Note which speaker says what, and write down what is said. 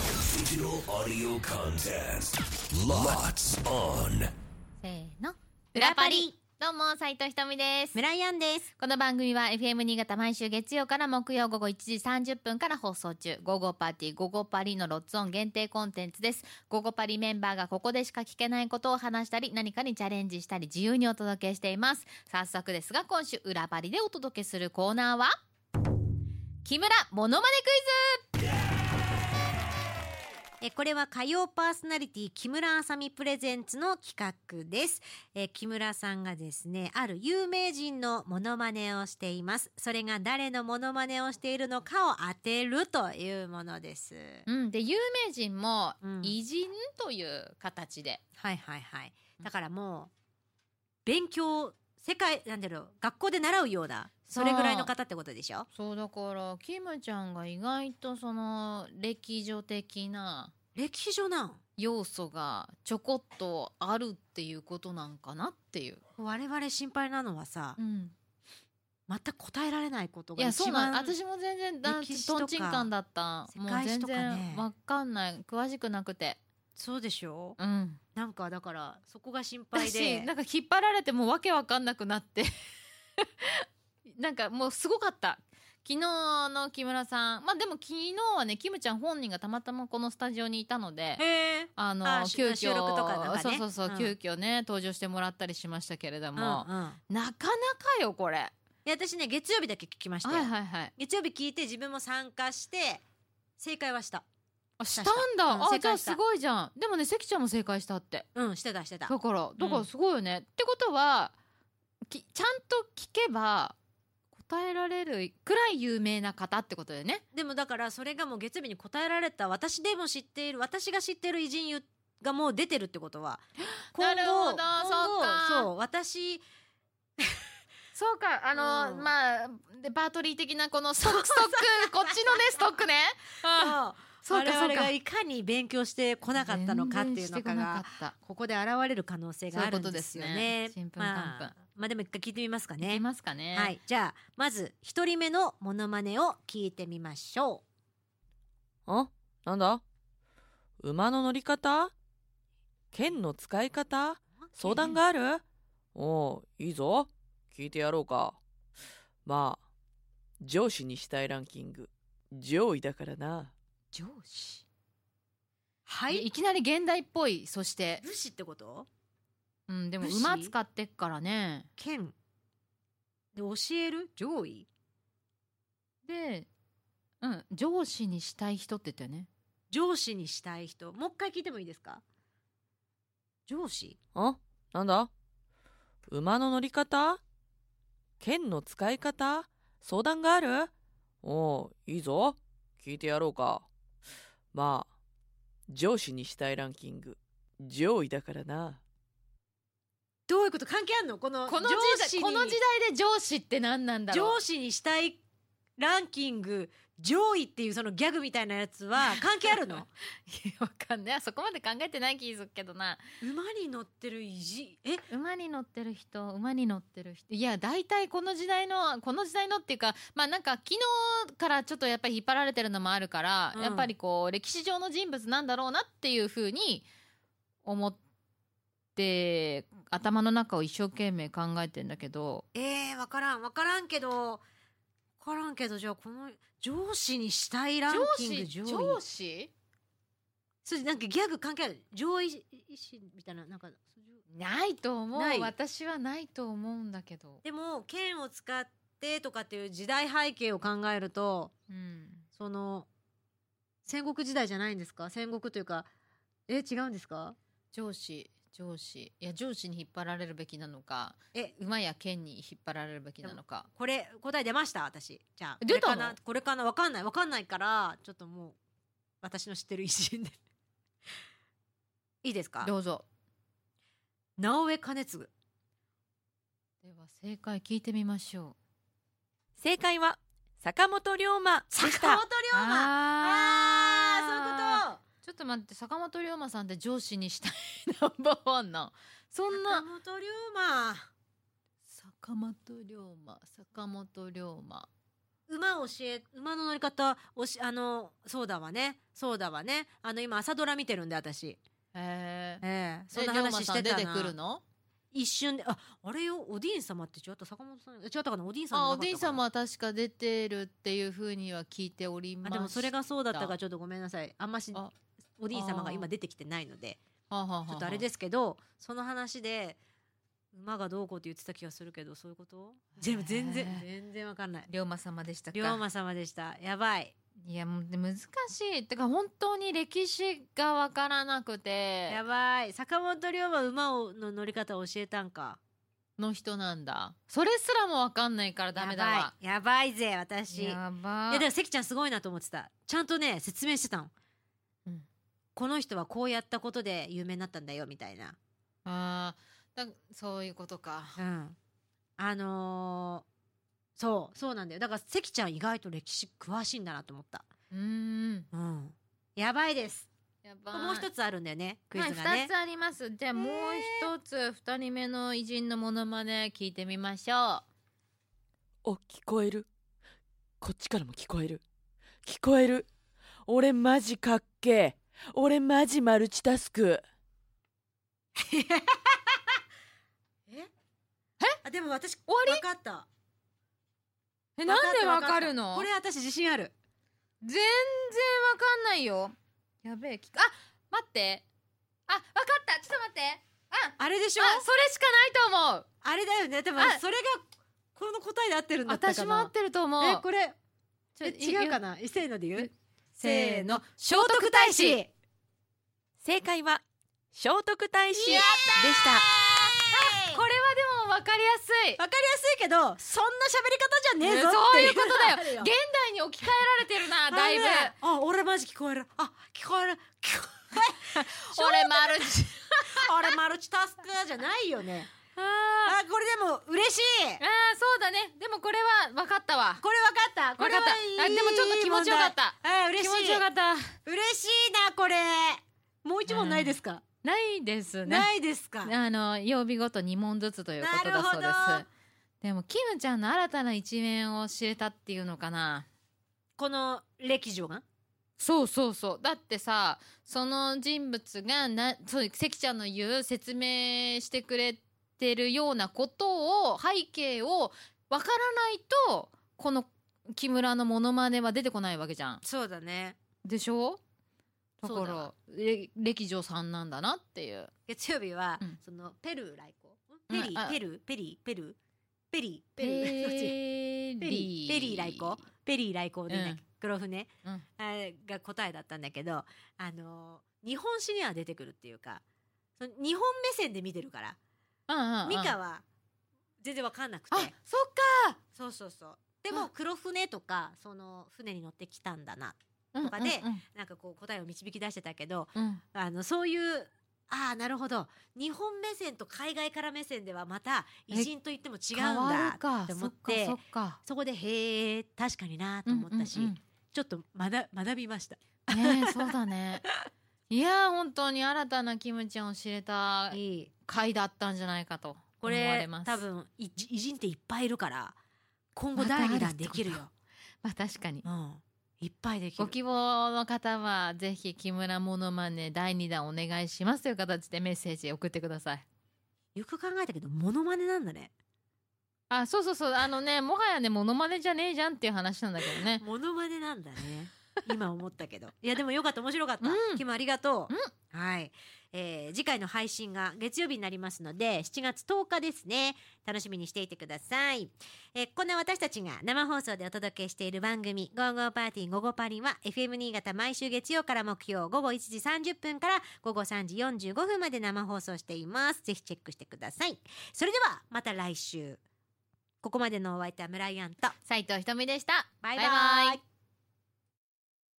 Speaker 1: Digital audio contest. Lots on.
Speaker 2: せーの。
Speaker 3: 裏パリ
Speaker 2: どうも、斉藤ひとみです。
Speaker 3: 村井アンです。
Speaker 2: この番組は FM 新潟毎週月曜から木曜午後1時30分から放送中、午後パーティー、午後パリのロッツオン限定コンテンツです。午後パリメンバーがここでしか聞けないことを話したり、何かにチャレンジしたり、自由にお届けしています。早速ですが、今週、裏パリでお届けするコーナーは、木村モノマネクイ
Speaker 3: えーこれは火曜パーソナリティ木村あさみプレゼンツの企画です。えー木村さんがですね、ある有名人のモノマネをしています。それが誰のモノマネをしているのかを当てるというものです。
Speaker 2: ズうん、で、有名人も
Speaker 3: うん、
Speaker 2: 偉人という形で、
Speaker 3: はいはいはい。だからもう、勉強、世界、なんだろう、学校で習うような、それぐらいの方ってことでしょ
Speaker 2: そうだからキムちゃんが意外とその歴女的な
Speaker 3: 歴史上なん
Speaker 2: 要素がちょこっとあるっていうことなんかなっていう、
Speaker 3: 我々心配なのはさ、
Speaker 2: ん、
Speaker 3: 全く答えられないこと
Speaker 2: い
Speaker 3: が
Speaker 2: や
Speaker 3: 一
Speaker 2: そうなん
Speaker 3: 番
Speaker 2: 私も全然だ
Speaker 3: 歴史とか
Speaker 2: とんちんかんだった
Speaker 3: 世界史とかね
Speaker 2: もう全然わかんない詳しくなくて
Speaker 3: そうでしょ
Speaker 2: うん
Speaker 3: なんかだからそこが心配
Speaker 2: 私
Speaker 3: で
Speaker 2: なんか引っ張られてもうわけわかんなくなって なんかもうすごかった昨日の木村さんまあでも昨日はねキムちゃん本人がたまたまこのスタジオにいたので
Speaker 3: へえ
Speaker 2: あの
Speaker 3: あ
Speaker 2: 急遽
Speaker 3: 収録とかなんかね
Speaker 2: そうそうそう、
Speaker 3: うん
Speaker 2: 急遽ね登場してもらったりしましたけれど
Speaker 3: うんうん
Speaker 2: も、なかなかよこれはい
Speaker 3: や私ね月曜日だけ聞きましたよ、
Speaker 2: いはいはい
Speaker 3: 月曜日聞いて自分も参加して正解はした
Speaker 2: あしたんだ、
Speaker 3: うん
Speaker 2: あ
Speaker 3: 正
Speaker 2: じゃあ
Speaker 3: 解した
Speaker 2: すごいじゃんでもね関ちゃんも正解したって
Speaker 3: うんしてたしてた
Speaker 2: だからだか
Speaker 3: う
Speaker 2: ら
Speaker 3: ん
Speaker 2: すごいよね、ってことはきちゃんと聞けば答えられるくらい有名な方ってことだよね
Speaker 3: でもだからそれがもう月曜日に答えられた私でも知っている私が知っている偉人がもう出てるってことは 今
Speaker 2: なるほ
Speaker 3: 後
Speaker 2: ど
Speaker 3: 今後
Speaker 2: そうか
Speaker 3: そう私
Speaker 2: そうかあの、
Speaker 3: うん
Speaker 2: まあでバートリー的なこのストックストックこっちのねストックね、 うんそう
Speaker 3: 我
Speaker 2: かそう
Speaker 3: 々
Speaker 2: か
Speaker 3: がいかに勉強してこなかったのかっていうの
Speaker 2: 全然してこ
Speaker 3: か
Speaker 2: な
Speaker 3: が
Speaker 2: かった
Speaker 3: ここで現れる可能性があるんですよね。
Speaker 2: そういうことですねちんぷんかん
Speaker 3: ま
Speaker 2: ぷん
Speaker 3: あ、まあでも一回聞いてみますか
Speaker 2: い
Speaker 3: ね。
Speaker 2: ますかね。、
Speaker 3: はい、じゃあまず一人目のモノマネを聞いてみましょ
Speaker 4: あなんだ馬の乗り方剣の使い方
Speaker 3: う。
Speaker 4: 相談があるおういいぞ聞いてやろうかまあ上司にしたいランキング上位だからな
Speaker 3: 上司。はいい。
Speaker 2: きなり現代っぽい、そして、
Speaker 3: 武士ってこと？
Speaker 2: うん、でも
Speaker 3: 武士
Speaker 2: 馬使ってっからね。
Speaker 3: 剣。で教える上位
Speaker 2: で、うん、上司にしたい人って言ったよね。
Speaker 3: 上司にしたい人。もう一回聞いてもいいですか？上司。
Speaker 4: あなんだ馬の乗り方剣の使い方相談があるおういいぞ聞いてやろうかまあ上司にしたいランキング上位だからな
Speaker 3: どういうこと関係あんの？この
Speaker 2: この時
Speaker 3: 上司
Speaker 2: 代、
Speaker 3: に
Speaker 2: この時代で上司って何なんだろ
Speaker 3: 上
Speaker 2: う。
Speaker 3: 司にしたいランキング上位っていうそのギャグみたいなやつは関係あるの？
Speaker 2: いやわかんない。そこまで考えてない気するけどな。
Speaker 3: 馬に乗ってる意地え
Speaker 2: 馬に乗ってる人、馬に乗ってる人。いや、大体この時代の、この時代のっていうか、まあなんか昨日からちょっとやっぱり引っ張られてるのもあるから、
Speaker 3: うん
Speaker 2: やっぱりこう、歴史上の人物なんだろうなっていうふうに思って、頭の中を一生懸命考えてんだけど、
Speaker 3: えー、分からん分からんけど分からんけどじゃあこの上司にしたいラン
Speaker 2: 上
Speaker 3: キング
Speaker 2: 司、
Speaker 3: 上位
Speaker 2: 上司
Speaker 3: それなんかギャグ関係ある上位意志みたいななんか
Speaker 2: ないと思う
Speaker 3: ない
Speaker 2: 私はないと思うんだけど。
Speaker 3: でも剣を使ってとかっていう時代背景を考えると
Speaker 2: うん。
Speaker 3: その戦国時代じゃないんですか戦国というかえ違うんですか
Speaker 2: 上司、上司。いや、上司に引っ張られるべきなのか、
Speaker 3: え
Speaker 2: 馬や剣に引っ張られるべきなのか。
Speaker 3: これ答え出ました私じゃあ
Speaker 2: 出たの
Speaker 3: これかなこれかな分かんない分かんないからちょっともう私の知ってる偉人でいいですか
Speaker 2: どうぞ。
Speaker 3: 直江兼次
Speaker 2: では正解聞いてみましょ
Speaker 4: 正解は坂本龍馬でし
Speaker 3: 坂
Speaker 4: た
Speaker 3: 本龍
Speaker 2: う。
Speaker 3: 馬
Speaker 2: あ
Speaker 3: あーそういうこ
Speaker 2: ちょっと待って坂本龍馬さんって上司にしたい ナンバーワンなそん
Speaker 3: と
Speaker 2: な
Speaker 3: 坂本龍馬
Speaker 2: 坂本龍馬坂本龍馬
Speaker 3: 馬教え、馬の乗り方、おし、あの、そうだわね。そうだわね。あの、今朝ドラ見てるんで、私。
Speaker 2: へえ。
Speaker 3: ええそん
Speaker 2: え
Speaker 3: な
Speaker 2: 龍馬
Speaker 3: 話し
Speaker 2: さ
Speaker 3: て
Speaker 2: ん
Speaker 3: た
Speaker 2: 出
Speaker 3: な。
Speaker 2: てくるの
Speaker 3: 一瞬で、あ、あれよ、おディーン様って違った坂本さん、違ったかな、おディーンさんじゃ
Speaker 2: あ、
Speaker 3: な
Speaker 2: お
Speaker 3: かったかな
Speaker 2: でん様は確か出てるっていうふうには聞いておりま
Speaker 3: あ、
Speaker 2: す。
Speaker 3: でもそれがそうだったからちょっとごめんなさい。あんまし
Speaker 2: あ、
Speaker 3: おディーン様が今出てきてないので、
Speaker 2: はあはあはあ、
Speaker 3: ちょっとあれですけど、その話で、馬がどうこうって言ってた気がするけど、そういうこと全部全然
Speaker 2: へ、
Speaker 3: 全然わかんない。
Speaker 2: 龍馬様でしたか。
Speaker 3: 龍馬様でした。やばい。
Speaker 2: いや、もうで難しい。てか本当に歴史がわからなくて
Speaker 3: や、ばい。坂本龍馬馬をの乗り方を教えたんか。
Speaker 2: の人なんだ。それすらもわかんないからダメだわ。
Speaker 3: やばい。やばいぜ、私。いや、
Speaker 2: やば
Speaker 3: でも関ちゃんすごいなと思ってた。ちゃんとね、説明してたの。
Speaker 2: うん
Speaker 3: この人はこうやったことで有名になったんだよ、みたいな。
Speaker 2: あーだそういうことか。
Speaker 3: うん。あのーそう、そうなんだよ。だから関ちゃん意外と歴史詳しいんだなと思った。
Speaker 2: うーん。
Speaker 3: うん。やばいです。
Speaker 2: やばい
Speaker 3: もう一つあるんだよね、クイ
Speaker 2: はい、
Speaker 3: ズがね。
Speaker 2: 二つあります。じゃあもう一つ、二人目の偉人のモノマネ聞いてみましょ
Speaker 4: お、聞こえる。こっちからも聞こえる。聞こえる。俺マジかっけえ。俺マジマルチタスク。
Speaker 3: ええあ、でも私、
Speaker 2: 終わり
Speaker 3: わかった。
Speaker 2: う。え、なんでわかる
Speaker 3: わ
Speaker 2: の
Speaker 3: かったこれ私自信ある。
Speaker 2: 全然わかんないよ。やべえ、聞く。あ、待って。あ、わかった。ちょっと待って。あ、
Speaker 3: あれでしょ
Speaker 2: あ、それしかないと思う。
Speaker 3: あれだよね。多分
Speaker 2: あ
Speaker 3: それが、この答えで合ってるんだったか
Speaker 2: 私
Speaker 3: な。
Speaker 2: も合ってると思う。
Speaker 3: え、これ、
Speaker 2: ちょ
Speaker 3: え違うか
Speaker 2: い
Speaker 3: なせーので言う
Speaker 2: え
Speaker 3: せーの、聖
Speaker 2: 徳
Speaker 3: 徳
Speaker 2: 太
Speaker 3: 太
Speaker 2: 子
Speaker 3: 子
Speaker 2: や
Speaker 3: や
Speaker 4: 正解は、聖徳太子で
Speaker 2: やっ
Speaker 4: した。
Speaker 2: これはでもわかりやすい。
Speaker 3: わかりやすいけど、そんな喋り方じゃねえ
Speaker 2: ね
Speaker 3: ぞって
Speaker 2: そういうことだよ
Speaker 3: ある
Speaker 2: 現代に置き換えられてるな、だいぶ。
Speaker 3: あのねあ俺マジ聞こえるあ聞こえる 聞こ
Speaker 2: 俺マルチ。
Speaker 3: える俺マルチタスクじゃないよね
Speaker 2: あ
Speaker 3: あこれでも嬉しい
Speaker 2: ーあー、そうだね。でもこれは分かったわ。
Speaker 3: これ分かったこれは
Speaker 2: わかったあ
Speaker 3: いい
Speaker 2: でもちょっと気持ちよかった
Speaker 3: 問題あ
Speaker 2: 気
Speaker 3: 嬉しい
Speaker 2: 持ちよかった。
Speaker 3: 嬉しいなこれもう一問ないですか、
Speaker 2: ないですね。
Speaker 3: ないですか
Speaker 2: あの、曜日ごと2問ずつということだそうで
Speaker 3: なるほ
Speaker 2: す
Speaker 3: ど。
Speaker 2: でも、キムちゃんの新たな一面を知れたっていうのかな。
Speaker 3: この歴女が
Speaker 2: そうそうそう。だってさ、その人物がな、そう、関ちゃんの言う説明してくれてるようなことを、背景をわからないと、この木村のモノマネは出てこないわけじゃん。
Speaker 3: そうだね
Speaker 2: でしょだ
Speaker 3: そう
Speaker 2: か
Speaker 3: だわ
Speaker 2: ら、れ歴女さんなんだなっていう。
Speaker 3: 月曜日は、
Speaker 2: うん
Speaker 3: そのペルー来航
Speaker 2: うん
Speaker 3: ペリ
Speaker 2: あ
Speaker 3: ーペルーペリーペルーペリーペルーどっち
Speaker 2: ペ
Speaker 3: ペリーペリー来航ペリー来航で、
Speaker 2: うん
Speaker 3: ね黒船、
Speaker 2: うん
Speaker 3: あれが答えだったんだけどあのー日本史には出てくるっていうかその日本目線で見てるから
Speaker 2: うんうんうん
Speaker 3: ミカは全然わかんなくて
Speaker 2: あ、そっか
Speaker 3: そうそうそうでも黒船とかその船に乗ってきたんだな
Speaker 2: と
Speaker 3: かで
Speaker 2: うん
Speaker 3: なんかこう答えを導き出してたけど
Speaker 2: うんうん
Speaker 3: あのそういうああなるほど日本目線と海外から目線ではまた偉人と言っても違うん
Speaker 2: 変わる
Speaker 3: だ
Speaker 2: か
Speaker 3: って思って
Speaker 2: そっ
Speaker 3: そ
Speaker 2: かそっか
Speaker 3: こでへえ確かになと思ったし、
Speaker 2: うんうんうん
Speaker 3: ちょっと学学びました。
Speaker 2: ねえそうだねいやー本当に新たなキムちゃんを知れた
Speaker 3: いい
Speaker 2: 回だったんじゃないかと
Speaker 3: こ
Speaker 2: 思われ
Speaker 3: れ
Speaker 2: ます
Speaker 3: 多分い偉人っていっぱいいるから今後第二弾できるよ、
Speaker 2: まあ確かに
Speaker 3: うん、いっぱいでき
Speaker 2: ご
Speaker 3: る
Speaker 2: 希望の方はぜひ木村モノマネ第2弾お願いしますという形でメッセージ送ってください
Speaker 3: よく考えたけどモノマネなんだね
Speaker 2: あそうそうそうあのねもはやねモノマネじゃねえじゃんっていう話なんだけどね
Speaker 3: モノマネなんだね今思ったけどいやでもよかった面白かった、
Speaker 2: うん
Speaker 3: キムありがとう、はい、えー次回の配信が月曜日になりますので7月10日ですね楽しみにしていてください、えーこんな私たちが生放送でお届けしている番組「ゴーゴーパーティーゴーゴーパリン」は FM 新潟毎週月曜から木曜午後1時30分から午後3時45分まで生放送していますぜひチェックしてくださいそれではまた来週ここまでのお相手は村井アンと
Speaker 2: 斉藤ひとみでした
Speaker 3: バイバイ
Speaker 2: バイバイ